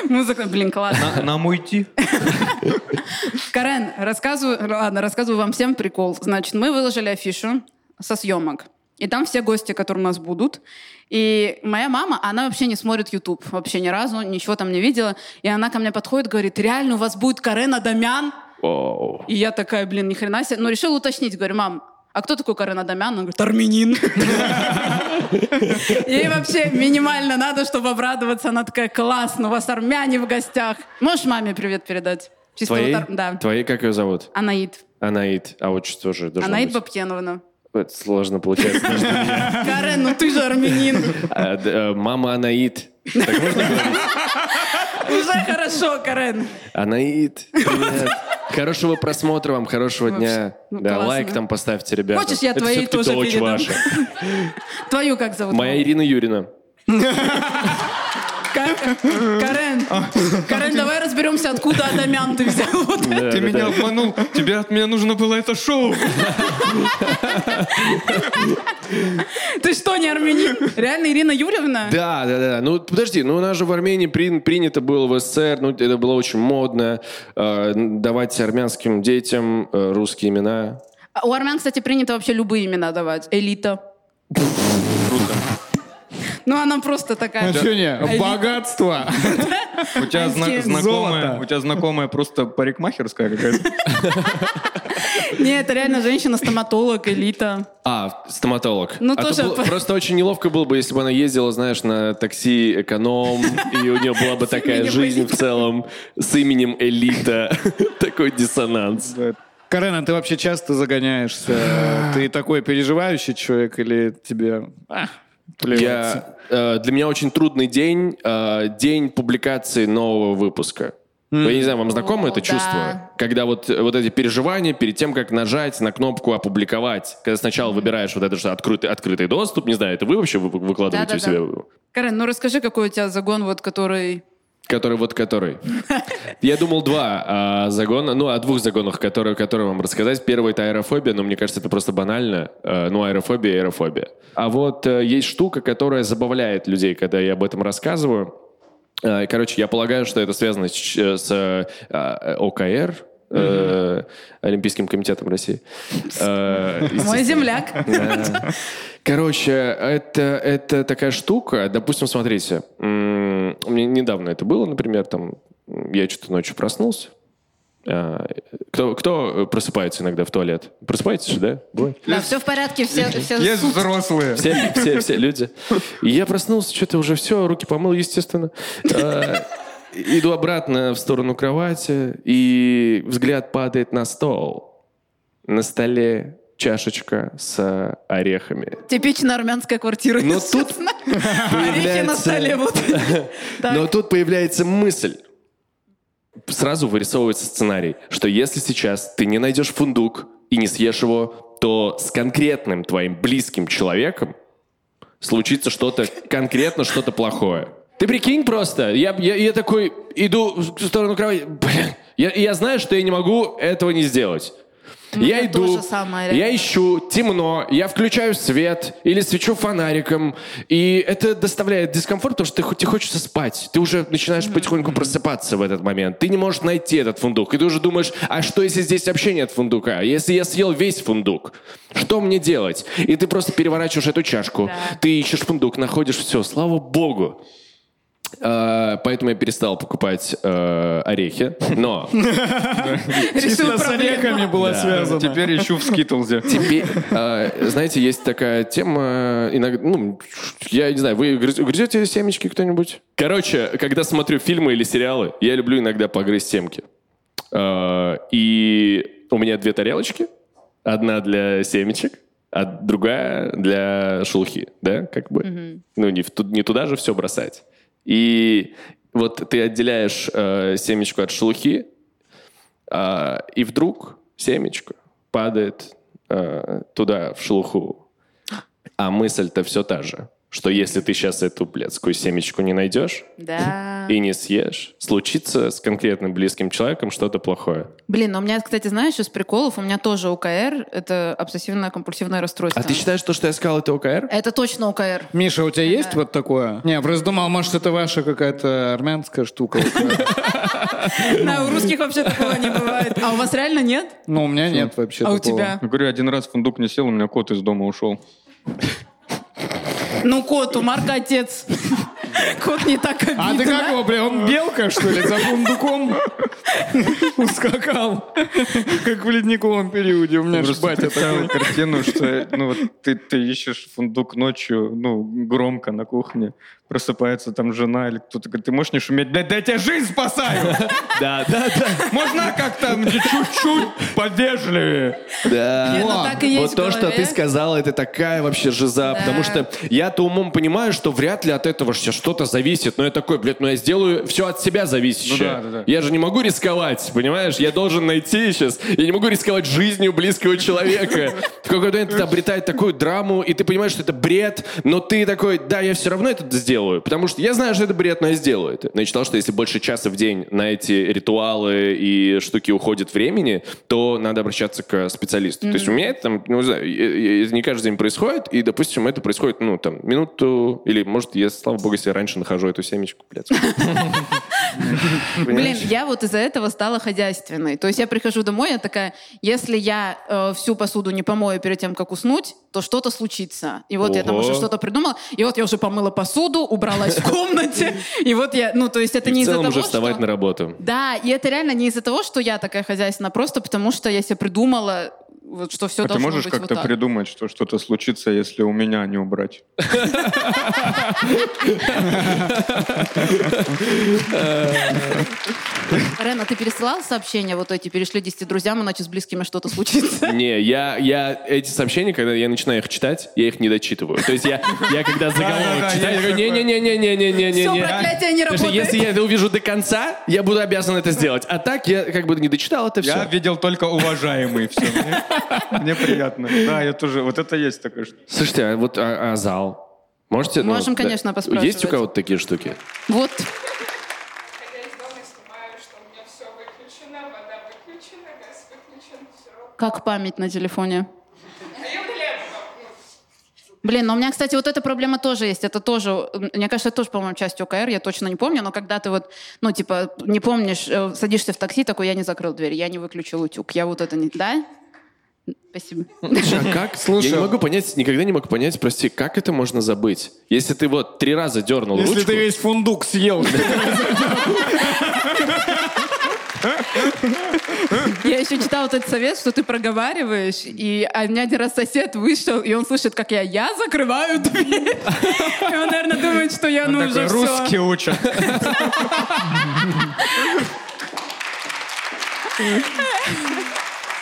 Speaker 3: музыка, блин, классно.
Speaker 7: Нам уйти.
Speaker 3: Карен, рассказываю, ладно, рассказываю вам всем прикол. Значит, мы выложили афишу со съемок. И там все гости, которые у нас будут. И моя мама, она вообще не смотрит YouTube вообще ни разу, ничего там не видела. И она ко мне подходит, говорит, реально у вас будет Карен Адамян?
Speaker 6: Вау.
Speaker 3: И я такая, блин, ни хрена себе. Ну, решила уточнить, говорю, мам, а кто такой Карен Адамян? Она говорит, армянин. Ей вообще минимально надо, чтобы обрадоваться. Она такая, классно, у вас армяне в гостях. Можешь маме привет передать? Чисто
Speaker 6: Твоей?
Speaker 3: вот ар- Да.
Speaker 6: Твоей, как ее зовут?
Speaker 3: Анаид.
Speaker 6: Анаид. А отчество уже должно
Speaker 3: Анаид
Speaker 6: быть.
Speaker 3: Бабкеновна.
Speaker 6: Это сложно получается.
Speaker 3: Карен, ну ты же армянин.
Speaker 6: А, д- э, Мама Анаид.
Speaker 3: Уже хорошо, Карен.
Speaker 6: Анаид, привет. Хорошего просмотра вам, хорошего
Speaker 3: Вообще,
Speaker 6: дня.
Speaker 3: ну,
Speaker 6: Да,
Speaker 3: классно.
Speaker 6: лайк там поставьте, ребята.
Speaker 3: Хочешь, я
Speaker 6: Это
Speaker 3: твоей
Speaker 6: всё-таки
Speaker 3: тоже
Speaker 6: дочь
Speaker 3: передам?
Speaker 6: ваша.
Speaker 3: Твою как зовут?
Speaker 6: Моя Ирина Юрина.
Speaker 3: Ка- Карен.
Speaker 6: А.
Speaker 3: Карен, давай разберемся, откуда Адамян ты взял вот это.
Speaker 6: Да,
Speaker 2: Ты
Speaker 6: да,
Speaker 2: меня
Speaker 6: да.
Speaker 2: обманул. Тебе от меня нужно было это шоу.
Speaker 3: Ты что, не армянин? Реально, Ирина Юрьевна?
Speaker 6: Да, да, да. Ну, подожди, ну у нас же в Армении при- принято было в СССР, ну, это было очень модно, э, давать армянским детям э, русские имена.
Speaker 3: А У армян, кстати, принято вообще любые имена давать. Элита. Ну, она просто такая.
Speaker 4: А чё не? Богатство.
Speaker 2: У тебя зна-
Speaker 3: Золото.
Speaker 2: знакомая, у тебя знакомая просто парикмахерская какая-то.
Speaker 3: Нет, это реально женщина-стоматолог, элита.
Speaker 6: А, стоматолог.
Speaker 3: Ну,
Speaker 6: А то
Speaker 3: тоже-
Speaker 6: было- просто очень неловко было бы, если бы она ездила, знаешь, на такси эконом, и у нее была бы такая
Speaker 3: именем
Speaker 6: жизнь в
Speaker 3: Элита.
Speaker 6: целом с именем Элита. Такой диссонанс.
Speaker 4: Карен, а ты вообще часто загоняешься? Ты такой переживающий человек или тебе... а, плевать?
Speaker 6: Я, э, для меня очень трудный день, э, день публикации нового выпуска. Я не знаю, вам знакомо
Speaker 3: О, да.
Speaker 6: это чувство? Когда вот, э, вот эти переживания перед тем, как нажать на кнопку «Опубликовать», когда сначала выбираешь вот это, что открытый, открытый доступ, не знаю, это вы вообще вы- выкладываете у
Speaker 3: Да-да-да.
Speaker 6: себя?
Speaker 3: Карен, ну расскажи, какой у тебя загон, вот который...
Speaker 6: Который вот который. Я думал два а, загона, ну о двух загонах, которые, которые вам рассказать. Первый это аэрофобия, но мне кажется, это просто банально. Э, Ну аэрофобия, и аэрофобия. А вот э, есть штука, которая забавляет людей, когда я об этом рассказываю. Э, Короче, я полагаю, что это связано с, ч- с, э, э, ОКР, э, Олимпийским комитетом России. Э,
Speaker 3: Мой
Speaker 6: естественно.
Speaker 3: земляк.
Speaker 6: Да. Короче, это, это такая штука. Допустим, смотрите, м, у меня недавно это было, например, там м, я что-то ночью проснулся. А, Кто, кто э, просыпается иногда в туалет? Просыпаетесь же, да? Бывает.
Speaker 3: Да, все в порядке, все... все
Speaker 2: Есть взрослые.
Speaker 6: Все, все, все люди. И я проснулся, что-то уже все, руки помыл, естественно. А, Иду обратно в сторону кровати, и взгляд падает на стол. На столе чашечка с орехами.
Speaker 3: Типично армянская квартира.
Speaker 6: Но
Speaker 3: если
Speaker 6: Ну, тут
Speaker 3: честно. Орехи на
Speaker 6: появляется-
Speaker 3: столе вот. Так.
Speaker 6: Но тут появляется мысль. Сразу вырисовывается сценарий, что если сейчас ты не найдешь фундук и не съешь его, то с конкретным твоим близким человеком случится что-то конкретно, что-то плохое. Ты прикинь просто, я, я, я такой иду в сторону кровати, блин, я, я знаю, что я не могу этого не сделать. я
Speaker 3: меня
Speaker 6: иду,
Speaker 3: тоже самое,
Speaker 6: я
Speaker 3: реально.
Speaker 6: ищу, темно, я включаю свет или свечу фонариком, и это доставляет дискомфорт, потому что ты, хо- тебе хочется спать, ты уже начинаешь потихоньку просыпаться в этот момент, ты не можешь найти этот фундук, и ты уже думаешь, а что если здесь вообще нет фундука, если я съел весь фундук, что мне делать? И ты просто переворачиваешь эту чашку,
Speaker 3: Да.
Speaker 6: ты ищешь фундук, находишь все, слава богу. Э, Поэтому я перестал покупать э, орехи. Но
Speaker 3: Решил
Speaker 4: Чисто с
Speaker 3: проблему.
Speaker 4: орехами была связана.
Speaker 2: Теперь ищу в Скитлзе.
Speaker 6: Теперь, э, знаете, есть такая тема, иногда, ну, я не знаю, вы грыз- грызете семечки кто-нибудь? Короче, когда смотрю фильмы или сериалы, я люблю иногда погрызть семки. Э, и у меня две тарелочки, одна для семечек, а другая для шелухи, да, как бы. Ну, не, в ту- не туда же все бросать. И вот ты отделяешь э, семечку от шелухи, а, и вдруг семечко падает э, туда, в шелуху. А мысль-то все та же, что если ты сейчас эту блядскую семечку не найдешь
Speaker 3: Да.
Speaker 6: и не съешь, случится с конкретным близким человеком что-то плохое.
Speaker 3: Блин, но у меня, кстати, знаешь, из приколов, у меня тоже ОКР, это обсессивно-компульсивное расстройство.
Speaker 6: А ты считаешь, то, что я сказал, это ОКР?
Speaker 3: Это точно ОКР.
Speaker 4: Миша, у тебя есть вот такое? Не, я просто думал, может, это ваша какая-то армянская штука.
Speaker 3: Да, у русских вообще такого не бывает. А у вас реально нет?
Speaker 4: Ну, у меня нет вообще
Speaker 3: А у
Speaker 4: такого.
Speaker 3: тебя?
Speaker 2: Говорю, один раз фундук не сел, у меня кот из дома ушел.
Speaker 3: Ну, кот, у Марка отец. Кот не так обидно.
Speaker 4: А ты как его, бля, он белка, что ли, за фундуком ускакал? Как в ледниковом периоде у меня
Speaker 2: Я
Speaker 4: же
Speaker 2: просто
Speaker 4: батя
Speaker 2: представил
Speaker 4: такой.
Speaker 2: картину, что ну, вот ты, ты ищешь фундук ночью, ну, громко на кухне, просыпается там жена или кто-то говорит, ты можешь не шуметь? Блядь, да я тебе жизнь спасаю!
Speaker 6: Да, да, да.
Speaker 2: Можно как-то мне чуть-чуть повежливее?
Speaker 6: Да.
Speaker 3: Не, ну
Speaker 4: О,
Speaker 3: так и есть
Speaker 6: Вот
Speaker 3: в
Speaker 6: то, что
Speaker 3: голове.
Speaker 6: ты сказала, это такая вообще жиза.
Speaker 3: Да.
Speaker 6: Потому что я-то умом понимаю, что вряд ли от этого сейчас что-то зависит. Но я такой, блядь, ну я сделаю все от себя зависящее.
Speaker 2: Ну да, да, да.
Speaker 6: Я же не могу рисковать, понимаешь? Я должен найти сейчас. Я не могу рисковать жизнью близкого человека. В какой-то момент это обретает такую драму, и ты понимаешь, что это бред, но ты такой, да, я все равно это сделаю. Потому что я знаю, что это бред, но я сделаю это. Но я читал, что если больше часа в день на эти ритуалы и штуки уходит времени, то надо обращаться к специалисту. То есть у меня это там, ну, не знаю, э, э, не каждый день происходит, и, допустим, это происходит, ну, там, минуту, или, может, я, слава богу, если я раньше нахожу эту семечку, блядь.
Speaker 3: Блин, я вот из-за этого стала хозяйственной. То есть я прихожу домой, я такая, если я э, всю посуду не помою перед тем, как уснуть, то что-то случится. И вот я там
Speaker 6: Ого.
Speaker 3: уже что-то придумала, и вот я уже помыла посуду, убралась в комнате, и вот я, ну, то есть это
Speaker 6: И
Speaker 3: не
Speaker 6: в
Speaker 3: из-за
Speaker 6: целом
Speaker 3: того,
Speaker 6: уже
Speaker 3: что...
Speaker 6: вставать на работу.
Speaker 3: Да, и это реально не из-за того, что я такая хозяйственная, а просто потому что я себе придумала, вот, что все
Speaker 2: А ты
Speaker 3: должно
Speaker 2: можешь
Speaker 3: быть вот
Speaker 2: как-то
Speaker 3: так.
Speaker 2: придумать, что что-то случится, если у меня не убрать?
Speaker 3: Рен, а ты пересылал сообщения вот эти, перешли 10 друзьям, иначе с близкими что-то случится?
Speaker 6: Не, я, я эти сообщения, когда я начинаю их читать, я их не дочитываю. То есть я, я
Speaker 2: Да-да-да,
Speaker 6: когда заголовок читаю, я
Speaker 2: есть
Speaker 6: такой,
Speaker 2: такое.
Speaker 6: не-не-не-не-не-не-не-не.
Speaker 3: Все, проклятие не
Speaker 6: Потому что
Speaker 3: работает.
Speaker 6: если я это увижу до конца, я буду обязан это сделать. А так я как бы не дочитал это все.
Speaker 2: Я видел только уважаемые все. Мне, мне приятно. Да, я тоже. Вот это есть такая штука.
Speaker 6: Слушайте, а вот а, а зал? Можете? ну,
Speaker 3: Можем,
Speaker 6: да.
Speaker 3: конечно, поспрашивать.
Speaker 6: Есть у кого-то такие штуки?
Speaker 3: Вот.
Speaker 7: Хотя я из дома и снимаю, что у меня все выключено, вода выключена, газ выключен, все.
Speaker 3: Как память на телефоне?
Speaker 7: А я удаляю потом, ну,
Speaker 3: Блин, но у меня, кстати, вот эта проблема тоже есть. Это тоже, м, мне кажется, это тоже, по-моему, часть ОКР, я точно не помню, но когда ты вот, ну, типа, не помнишь, э, садишься в такси, такой, я не закрыл дверь, я не выключил утюг, я вот это не... Да? Спасибо.
Speaker 6: как? Слушай, я не могу понять, никогда не могу понять, прости, как это можно забыть? Если ты вот три раза дернул
Speaker 4: Если
Speaker 6: ручку...
Speaker 4: ты весь фундук съел,
Speaker 3: Я еще читала вот этот совет, что ты проговариваешь, и а у меня один раз сосед вышел, и он слышит, как я «я закрываю дверь». И он, наверное, думает, что я, ну, уже всё.
Speaker 2: Русские учат.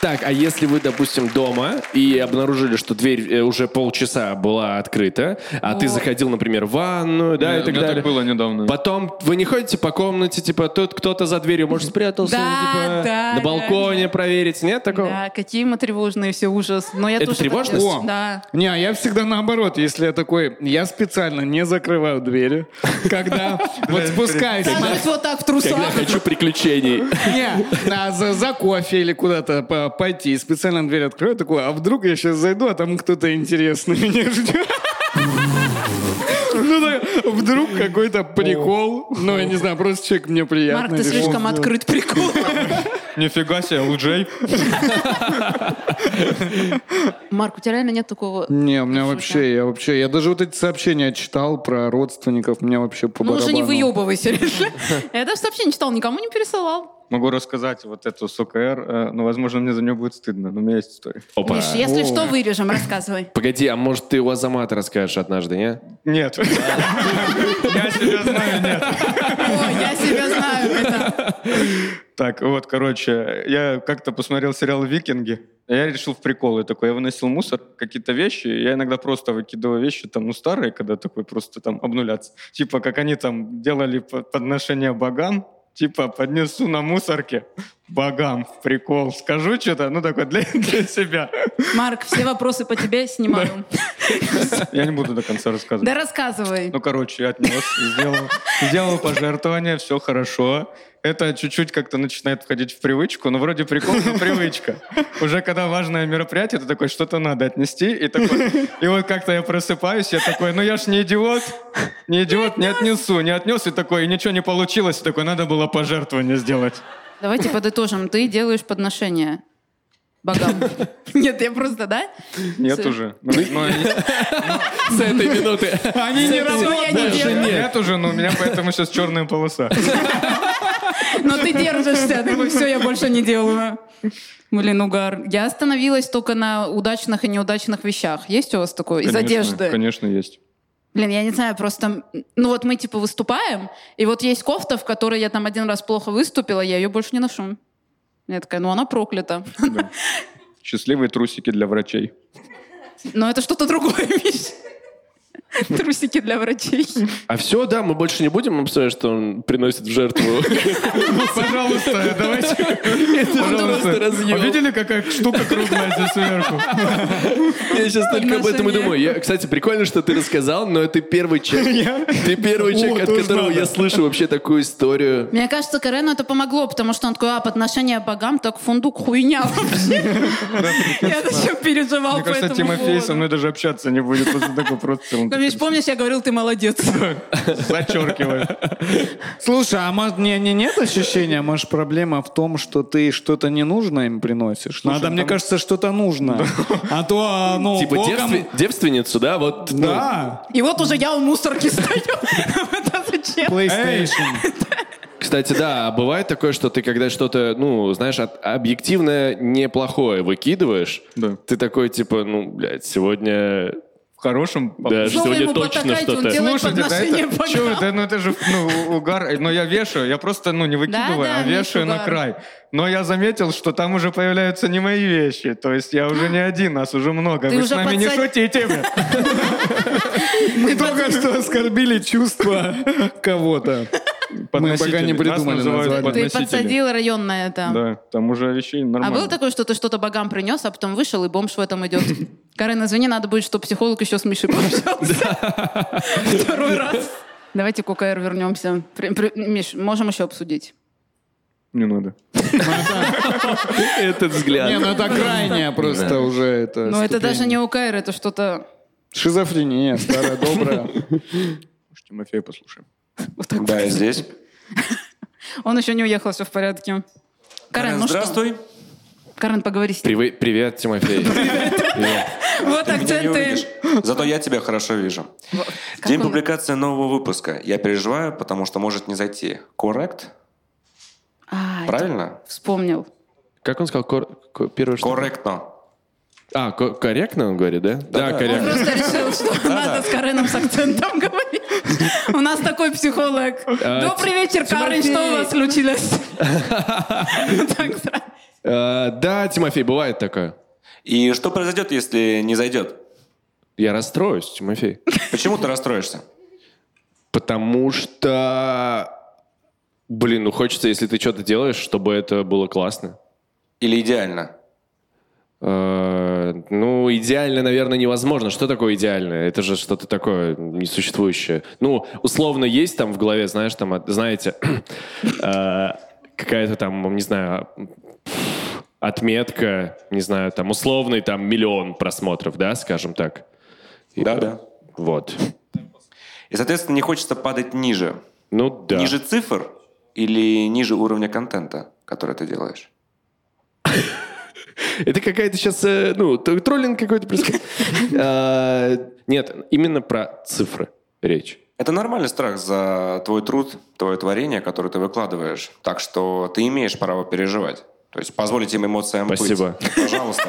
Speaker 6: Так, а если вы, допустим, дома и обнаружили, что дверь э, уже полчаса была открыта, а
Speaker 3: Ну.
Speaker 6: ты заходил, например, в ванную, да, и
Speaker 2: У
Speaker 6: так
Speaker 2: меня
Speaker 6: далее.
Speaker 2: так было недавно.
Speaker 6: Потом вы не ходите по комнате, типа, тут кто-то за дверью, может, спрятался,
Speaker 3: Да,
Speaker 6: типа,
Speaker 3: да,
Speaker 6: на балконе
Speaker 3: реально.
Speaker 6: проверить, нет такого?
Speaker 3: Да, какие мы тревожные все, ужас. Но я
Speaker 6: Это
Speaker 3: тоже так
Speaker 6: тревожность?
Speaker 3: делаю.
Speaker 4: О.
Speaker 3: Да.
Speaker 4: Не, а я всегда наоборот. Если я такой, я специально не закрываю двери, когда вот спускаюсь.
Speaker 3: А может, вот так в трусах?
Speaker 6: Когда хочу приключений.
Speaker 4: Не, а за, за кофе или куда-то по- пойти, и специально дверь открою, такой, а вдруг я сейчас зайду, а там кто-то интересный меня ждет. Ну, да, вдруг какой-то прикол. Ну, я не знаю, просто человек мне приятный.
Speaker 3: Марк, ты
Speaker 4: решил
Speaker 3: слишком
Speaker 4: сделать.
Speaker 3: открыт прикол.
Speaker 2: Нифига себе, луджей.
Speaker 8: Марк, у тебя реально нет такого...
Speaker 4: Не, у меня
Speaker 8: Слушай,
Speaker 4: вообще, я вообще, я даже вот эти сообщения читал про родственников, мне вообще по
Speaker 3: Ну уже не
Speaker 4: барабану.
Speaker 3: выебывайся, Реша. Я даже сообщение не читал, никому не пересылал.
Speaker 2: Могу рассказать вот эту с ОКР, э, но, возможно, мне за нее будет стыдно, но у меня есть история.
Speaker 6: Опа.
Speaker 3: Миш, если
Speaker 4: О.
Speaker 3: что, вырежем, рассказывай.
Speaker 6: Погоди, а может ты у Азамата расскажешь однажды, не?
Speaker 2: Нет. Я себя знаю, нет.
Speaker 3: О, я себя знаю. это-
Speaker 2: Так, вот, короче, я как-то посмотрел сериал «Викинги», и я решил в прикол. Я такой, я выносил мусор, какие-то вещи, и я иногда просто выкидываю вещи, там, ну, старые, когда такой просто там обнуляться. Типа, как они там делали по- подношение богам, типа, поднесу на мусорке богам, в прикол, скажу что-то, ну, такой, для, для себя.
Speaker 3: Марк, все вопросы по тебе снимаю.
Speaker 2: Я не буду до конца рассказывать.
Speaker 3: Да рассказывай.
Speaker 2: Ну, короче, я отнес, сделал, сделал пожертвование, все хорошо. Это чуть-чуть как-то начинает входить в привычку, но вроде прикол, но привычка. Уже когда важное мероприятие, ты такой, что-то надо отнести, и такой, и вот как-то я просыпаюсь, я такой, ну я ж не идиот, не идиот, не отнесу, не отнес, и такой, и ничего не получилось, и такой, надо было пожертвование сделать.
Speaker 3: Давайте подытожим. Ты делаешь подношение богам. Нет, я просто, да?
Speaker 2: Нет
Speaker 3: Слушай.
Speaker 2: уже. Ну, ну, они-
Speaker 6: С этой минуты.
Speaker 2: Они не
Speaker 3: работают. я не делаю.
Speaker 2: Нет уже, но у меня поэтому сейчас черная полоса.
Speaker 3: Но ты держишься, такой, все, я больше не делаю. Блин, угар. Я остановилась только на удачных и неудачных вещах. Есть у вас такое? Из
Speaker 2: Конечно,
Speaker 3: одежды.
Speaker 2: Конечно, есть.
Speaker 3: Блин, я не знаю, просто... Ну вот мы типа выступаем, и вот есть кофта, в которой я там один раз плохо выступила, я ее больше не ношу. Я такая, ну она проклята.
Speaker 2: Да. Счастливые трусики для врачей.
Speaker 3: Но это что-то другое, Миш. Трусики для врачей.
Speaker 6: А все, да, мы больше не будем обсуждать, что он приносит в жертву.
Speaker 2: Пожалуйста, давайте.
Speaker 6: Пожалуйста,
Speaker 2: А
Speaker 6: разъем.
Speaker 2: видели, какая штука круглая здесь сверху?
Speaker 6: Я сейчас только об этом и
Speaker 3: Отношения.
Speaker 6: думаю. Я, кстати, прикольно, что ты рассказал, но это первый человек. Ты первый человек, от которого я слышу вообще такую историю.
Speaker 3: Мне кажется, Карену это помогло, потому что он такой, а, подношение богам, так фундук хуйня вообще. Я еще переживал
Speaker 2: Мне
Speaker 3: по
Speaker 2: кажется,
Speaker 3: этому
Speaker 2: Тимофей
Speaker 3: поводу.
Speaker 2: со мной даже общаться не будет после такой просто. он
Speaker 3: Ну, Миш, помнишь, я говорил, ты молодец.
Speaker 2: Зачеркивает.
Speaker 4: Слушай, а может, не, не нет ощущения, может, проблема в том, что ты что-то ненужное им приносишь? Надо, мне кажется, что-то нужно. А то, а, ну,
Speaker 6: Типа
Speaker 4: боком-
Speaker 6: девстве- девственницу, да? Вот ну,
Speaker 4: Да,
Speaker 3: И вот уже я у мусорки стою. Это зачем?
Speaker 4: PlayStation.
Speaker 6: Кстати, да, а бывает такое, что ты когда что-то, ну, знаешь, от- объективно неплохое выкидываешь,
Speaker 2: Да.
Speaker 6: ты такой, типа, ну, блядь, сегодня...
Speaker 2: В хорошем... Ну,
Speaker 6: Да,
Speaker 3: Снова
Speaker 6: сегодня
Speaker 3: ему
Speaker 6: точно
Speaker 3: потакать, он
Speaker 6: что-то.
Speaker 3: делает-
Speaker 2: Слушайте, да
Speaker 3: Отношение
Speaker 2: это...
Speaker 3: богам.
Speaker 2: Чё вы, да, ну это же ну, угар. э, Но я вешаю, я просто ну не выкидываю,
Speaker 3: Да-да,
Speaker 2: а
Speaker 3: Миш,
Speaker 2: вешаю на
Speaker 3: угар.
Speaker 2: край. Но я заметил, что там уже появляются не мои вещи. То есть я уже не один, нас уже много.
Speaker 3: Ты
Speaker 2: Вы с
Speaker 3: уже
Speaker 2: нами не
Speaker 3: подсад-
Speaker 2: шутите. бля.
Speaker 4: Мы только что оскорбили чувства кого-то.
Speaker 2: Подносители.
Speaker 4: пока не
Speaker 2: Нас
Speaker 4: придумали
Speaker 2: называют
Speaker 4: название.
Speaker 3: Ты
Speaker 2: подносители.
Speaker 3: подсадил район на это.
Speaker 2: Да, там уже вещей
Speaker 3: А
Speaker 2: нормально.
Speaker 3: было такое, что ты что-то богам принес, а потом вышел, и бомж в этом идет? Карен, извини, надо будет, чтобы психолог еще с Мишей пообщался. Второй раз. Давайте к ОКР вернемся. При- при- Миш, можем еще обсудить.
Speaker 2: Не надо.
Speaker 6: Этот
Speaker 4: Не,
Speaker 6: взгляд.
Speaker 4: ну это крайняя просто уже это
Speaker 3: Но Ну, это даже
Speaker 4: ступень.
Speaker 3: не ОКР, это что-то
Speaker 4: Шизофрения, старая добрая.
Speaker 2: Может, Тимофея послушаем.
Speaker 3: вот так.
Speaker 5: Да, и здесь.
Speaker 3: Он еще не уехал, все в порядке. Карен, ну что?
Speaker 5: Здравствуй.
Speaker 3: Карен, поговори с ним.
Speaker 6: Привы- Привет, Тимофей.
Speaker 3: Вот
Speaker 5: Меня не
Speaker 3: акценты.
Speaker 5: увидишь. Зато я тебя хорошо вижу. День
Speaker 3: он?
Speaker 5: публикации нового выпуска. Я переживаю, потому что может не зайти. Коррект?
Speaker 3: А, это
Speaker 5: Правильно?
Speaker 3: Вспомнил.
Speaker 6: Как он сказал? Кор- ко- Первое что?
Speaker 5: Корректно.
Speaker 6: А, ко- корректно он говорит, да? Да, корректно.
Speaker 3: Просто решил, что надо с Кареном с акцентом говорить. У нас такой психолог.
Speaker 5: А,
Speaker 3: Добрый вечер, Карен, что у вас случилось? Так сразу.
Speaker 6: Э, Да, Тимофей, бывает такое.
Speaker 5: И что произойдет, если не зайдет?
Speaker 6: Я расстроюсь, Тимофей.
Speaker 5: Почему ты расстроишься?
Speaker 6: Потому что... Блин, ну хочется, если ты что-то делаешь, чтобы это было классно.
Speaker 5: Или идеально?
Speaker 6: Э, Ну, идеально, наверное, невозможно. Что такое идеальное? Это же что-то такое несуществующее. Ну, условно, есть там в голове, знаешь, там, от- знаете, э, какая-то там, не знаю, отметка, не знаю, там, условный там миллион просмотров, да, скажем так. И,
Speaker 5: Да,
Speaker 6: э,
Speaker 5: да.
Speaker 6: Вот.
Speaker 5: И, соответственно, не хочется падать ниже.
Speaker 6: Ну, да.
Speaker 5: Ниже цифр или ниже уровня контента, который ты делаешь?
Speaker 6: Это какая-то сейчас, ну, т- троллинг какой-то происходит. А, Нет, именно про цифры речь.
Speaker 5: Это нормальный страх за твой труд, твое творение, которое ты выкладываешь. Так что ты имеешь право переживать. То есть позволить им эмоциям
Speaker 6: Спасибо.
Speaker 5: быть. Пожалуйста.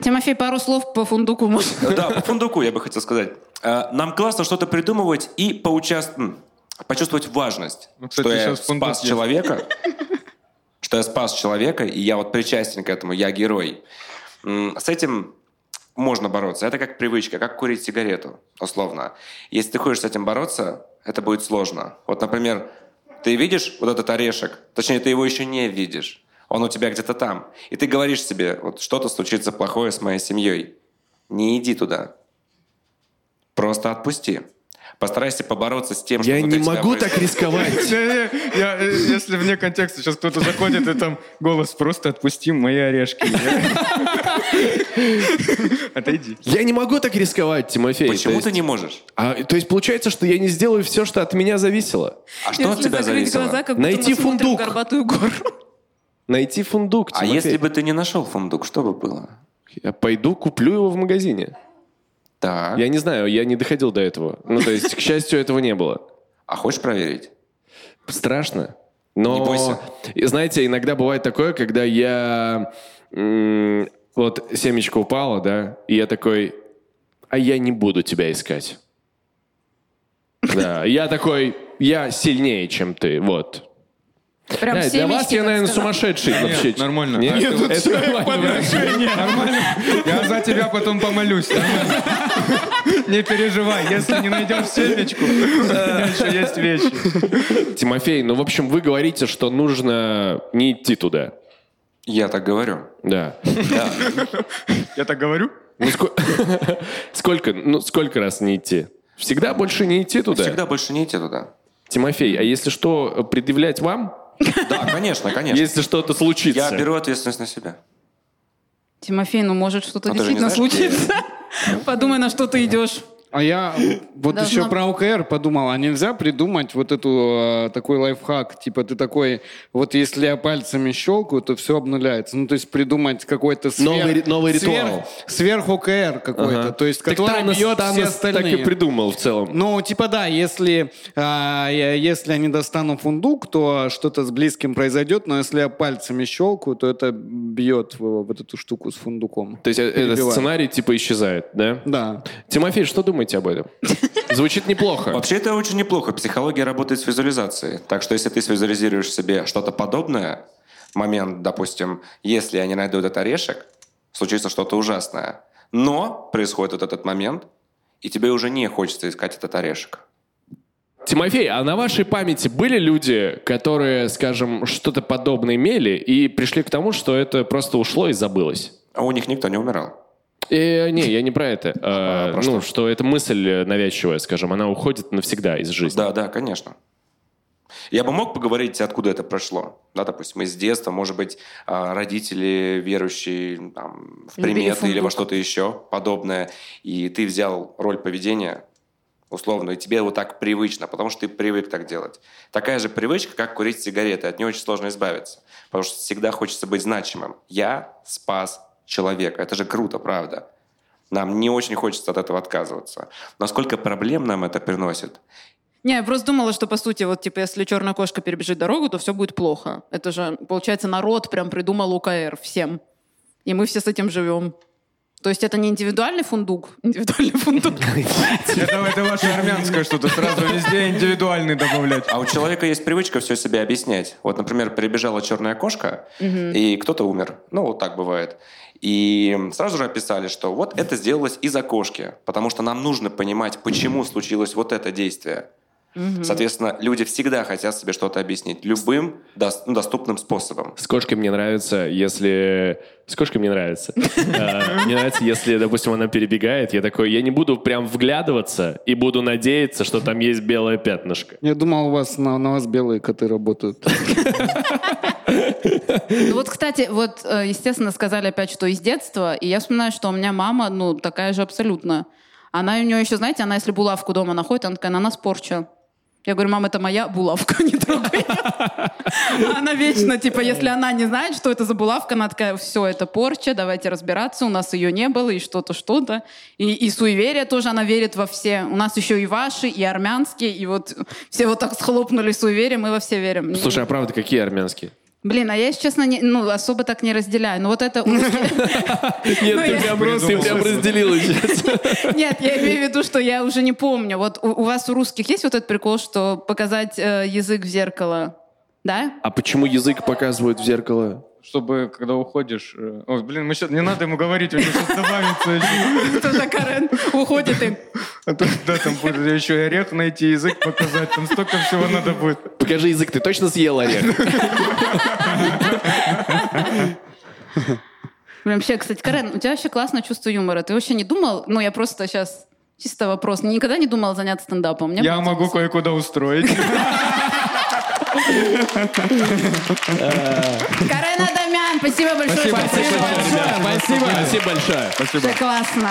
Speaker 3: Тимофей, пару слов по фундуку может.
Speaker 5: Да, по фундуку я бы хотел сказать. Э, Нам классно что-то придумывать и поучаствовать, почувствовать важность.
Speaker 2: Ну, кстати,
Speaker 5: что я
Speaker 2: сейчас фундук
Speaker 5: спас
Speaker 2: есть.
Speaker 5: человека, что я спас человека, и я вот причастен к этому, я герой. М, С этим можно бороться. Это как привычка, как курить сигарету, условно. Если ты хочешь с этим бороться, это будет сложно. Вот, например, ты видишь вот этот орешек, точнее, ты его еще не видишь. Он у тебя где-то там. И ты говоришь себе, вот что-то случится плохое с моей семьей. Не иди туда. Просто отпусти. Постарайся побороться с тем, что
Speaker 6: Я
Speaker 5: внутри
Speaker 6: не
Speaker 5: тебя
Speaker 6: могу так
Speaker 5: происходит.
Speaker 6: рисковать.
Speaker 2: Не-не, я, э, если вне контекста сейчас кто-то заходит и там голос «Просто отпусти мои орешки». Я- Отойди.
Speaker 6: Я не могу так рисковать, Тимофей.
Speaker 5: Почему
Speaker 6: То
Speaker 5: ты
Speaker 6: есть-
Speaker 5: не можешь?
Speaker 6: А, то есть получается, что я не сделаю все, что от меня зависело.
Speaker 5: А что от тебя зависело?
Speaker 3: как
Speaker 6: Найти
Speaker 3: мы смотрим
Speaker 6: фундук.
Speaker 3: горбатую гору.
Speaker 6: Найти фундук,
Speaker 5: А
Speaker 6: Тимофей.
Speaker 5: если бы ты не нашел фундук, что бы было?
Speaker 6: Я пойду куплю его в магазине.
Speaker 5: Так.
Speaker 6: Я не знаю, я не доходил до этого. Ну, то есть, к счастью, этого не было.
Speaker 5: А хочешь проверить?
Speaker 6: Страшно. Но,
Speaker 5: Не бойся.
Speaker 6: И знаете, иногда бывает такое, когда я... м, вот семечко упало, да, и я такой, а я не буду тебя искать. Да, я такой, я сильнее, чем ты, вот.
Speaker 8: Прям
Speaker 6: Э, Для
Speaker 8: семечки,
Speaker 6: вас я,
Speaker 8: так
Speaker 6: наверное,
Speaker 8: сказать.
Speaker 6: сумасшедший вообще.
Speaker 2: Нет, нормально.
Speaker 6: Нет,
Speaker 2: А это-
Speaker 6: это нормально.
Speaker 2: Нормально. Я за тебя потом помолюсь. нормально. Не переживай, если не найдешь семечку, у меня еще есть вещи.
Speaker 6: Тимофей, ну, в общем, вы говорите, что нужно не идти туда.
Speaker 5: Я так говорю.
Speaker 6: Да.
Speaker 2: Я так говорю?
Speaker 6: Ну, ско- сколько, ну, сколько раз не идти? Всегда больше не идти туда?
Speaker 5: Всегда больше не идти туда.
Speaker 6: Тимофей, а если что, предъявлять вам?
Speaker 5: Да, конечно, конечно.
Speaker 6: Если что-то случится.
Speaker 5: Я беру ответственность на себя.
Speaker 3: Тимофей, ну может что-то
Speaker 5: А ты же не
Speaker 3: действительно
Speaker 5: знаешь, где
Speaker 3: случится. Подумай, на что ты идешь.
Speaker 4: А я вот
Speaker 8: Должно
Speaker 4: еще
Speaker 8: быть.
Speaker 4: про ОКР подумал, а нельзя придумать вот эту э, такой лайфхак, типа ты такой, вот если я пальцами щелкаю, то все обнуляется. Ну то есть придумать какой-то сверх,
Speaker 6: Новый ри- новый
Speaker 4: сверх-
Speaker 6: ритуал.
Speaker 4: сверх ОКР какой-то,
Speaker 6: Ага.
Speaker 4: то есть
Speaker 6: Так
Speaker 4: который
Speaker 6: Танос-
Speaker 4: бьет
Speaker 6: Танос
Speaker 4: все остальные.
Speaker 6: так и придумал в целом.
Speaker 4: Ну, типа да, если, а, я- если я не достану фундук, то что-то с близким произойдет, но если я пальцами щелкаю, то это бьет в- вот эту штуку с фундуком.
Speaker 6: То есть э, этот
Speaker 4: Перебиваю.
Speaker 6: сценарий типа исчезает, да?
Speaker 4: Да.
Speaker 6: Тимофей, что думаете об этом? Звучит неплохо.
Speaker 5: Вообще это очень неплохо. Психология работает с визуализацией. Так что если ты визуализируешь себе что-то подобное, момент, допустим, если я не найду этот орешек, случится что-то ужасное. Но происходит вот этот момент, и тебе уже не хочется искать этот орешек.
Speaker 6: Тимофей, а на вашей памяти были люди, которые, скажем, что-то подобное имели и пришли к тому, что это просто ушло и забылось?
Speaker 5: А у них никто не умирал.
Speaker 6: Э, не, я не про это. Э,
Speaker 5: А, про что?
Speaker 6: ну, что эта мысль э, навязчивая, скажем, она уходит навсегда из жизни.
Speaker 5: Да, да, конечно. Я бы мог поговорить, откуда это прошло. Да, допустим, из детства, может быть, а, родители верующие там, в
Speaker 8: Любили
Speaker 5: приметы или
Speaker 8: фундук.
Speaker 5: во что-то еще подобное, и ты взял роль поведения условно, и тебе вот так привычно, потому что ты привык так делать. Такая же привычка, как курить сигареты, от нее очень сложно избавиться, потому что всегда хочется быть значимым. Я спас человека, это же круто, правда. Нам не очень хочется от этого отказываться. Но сколько проблем нам это приносит,
Speaker 3: Не, я просто думала, что по сути, вот типа, если черная кошка перебежит дорогу, то все будет плохо. Это же, получается, народ прям придумал УКР всем. И мы все с этим живем. То есть это не индивидуальный фундук, индивидуальный фундук.
Speaker 2: Это, это ваше армянское что-то, сразу везде индивидуальный добавлять.
Speaker 5: А у человека есть привычка все себе объяснять. Вот, например, прибежала черная кошка, и кто-то умер. Ну, вот так бывает. И сразу же описали, что вот это сделалось из-за кошки, потому что нам нужно понимать, почему случилось вот это действие. Соответственно, люди всегда хотят себе что-то объяснить любым дос- ну, доступным способом.
Speaker 6: С кошкой мне нравится, если... С кошкой мне нравится. Э, Мне нравится, если, допустим, она перебегает, я такой, я не буду прям вглядываться и буду надеяться, что там есть белое пятнышко.
Speaker 4: Я думал, у вас на, на вас белые коты работают.
Speaker 3: Ну вот, кстати, вот, э, естественно, сказали опять, что из детства, и я вспоминаю, что у меня мама, ну, такая же абсолютно. Она у нее еще, знаете, она если булавку дома находит, она такая, на нас порча. Я говорю, мам, это моя булавка, не трогай. её». А Она вечно, типа, если она не знает, что это за булавка, она такая, все, это порча, давайте разбираться, у нас ее не было, и что-то, что-то. И, и суеверие тоже она верит во все. У нас еще и ваши, и армянские, и вот все вот так схлопнули суеверие, мы во все верим.
Speaker 6: Слушай, а правда, какие армянские?
Speaker 3: Блин, а я, если честно, не- ну, особо так не разделяю. Ну, вот это... у русских-
Speaker 6: Нет,
Speaker 3: я-
Speaker 6: ты прям просто- ты прям разделила сейчас.
Speaker 3: Нет, я имею в виду, что я уже не помню. Вот у, у вас у русских есть вот этот прикол, что показать э, язык в зеркало? Да?
Speaker 6: А почему язык показывают в зеркало?
Speaker 2: Чтобы, когда уходишь... э, Ой, блин, мы сейчас... Не надо ему говорить, у него сейчас добавится еще.
Speaker 3: Тоже Карен уходит и...
Speaker 2: А то, Да, там будет еще и орех найти, язык показать. Там столько всего надо будет.
Speaker 6: Покажи язык, ты точно съел орех?
Speaker 3: Блин, вообще, кстати, Карен, у тебя вообще классное чувство юмора. Ты вообще не думал? Ну, я просто сейчас... Чисто вопрос. Никогда не думал заняться стендапом? Мне
Speaker 2: Я
Speaker 3: бы
Speaker 2: могу
Speaker 3: хотелось.
Speaker 2: кое-куда устроить.
Speaker 3: Карен Адамян, спасибо большое. что пришел.
Speaker 6: Спасибо. Спасибо большое.
Speaker 3: Это классно.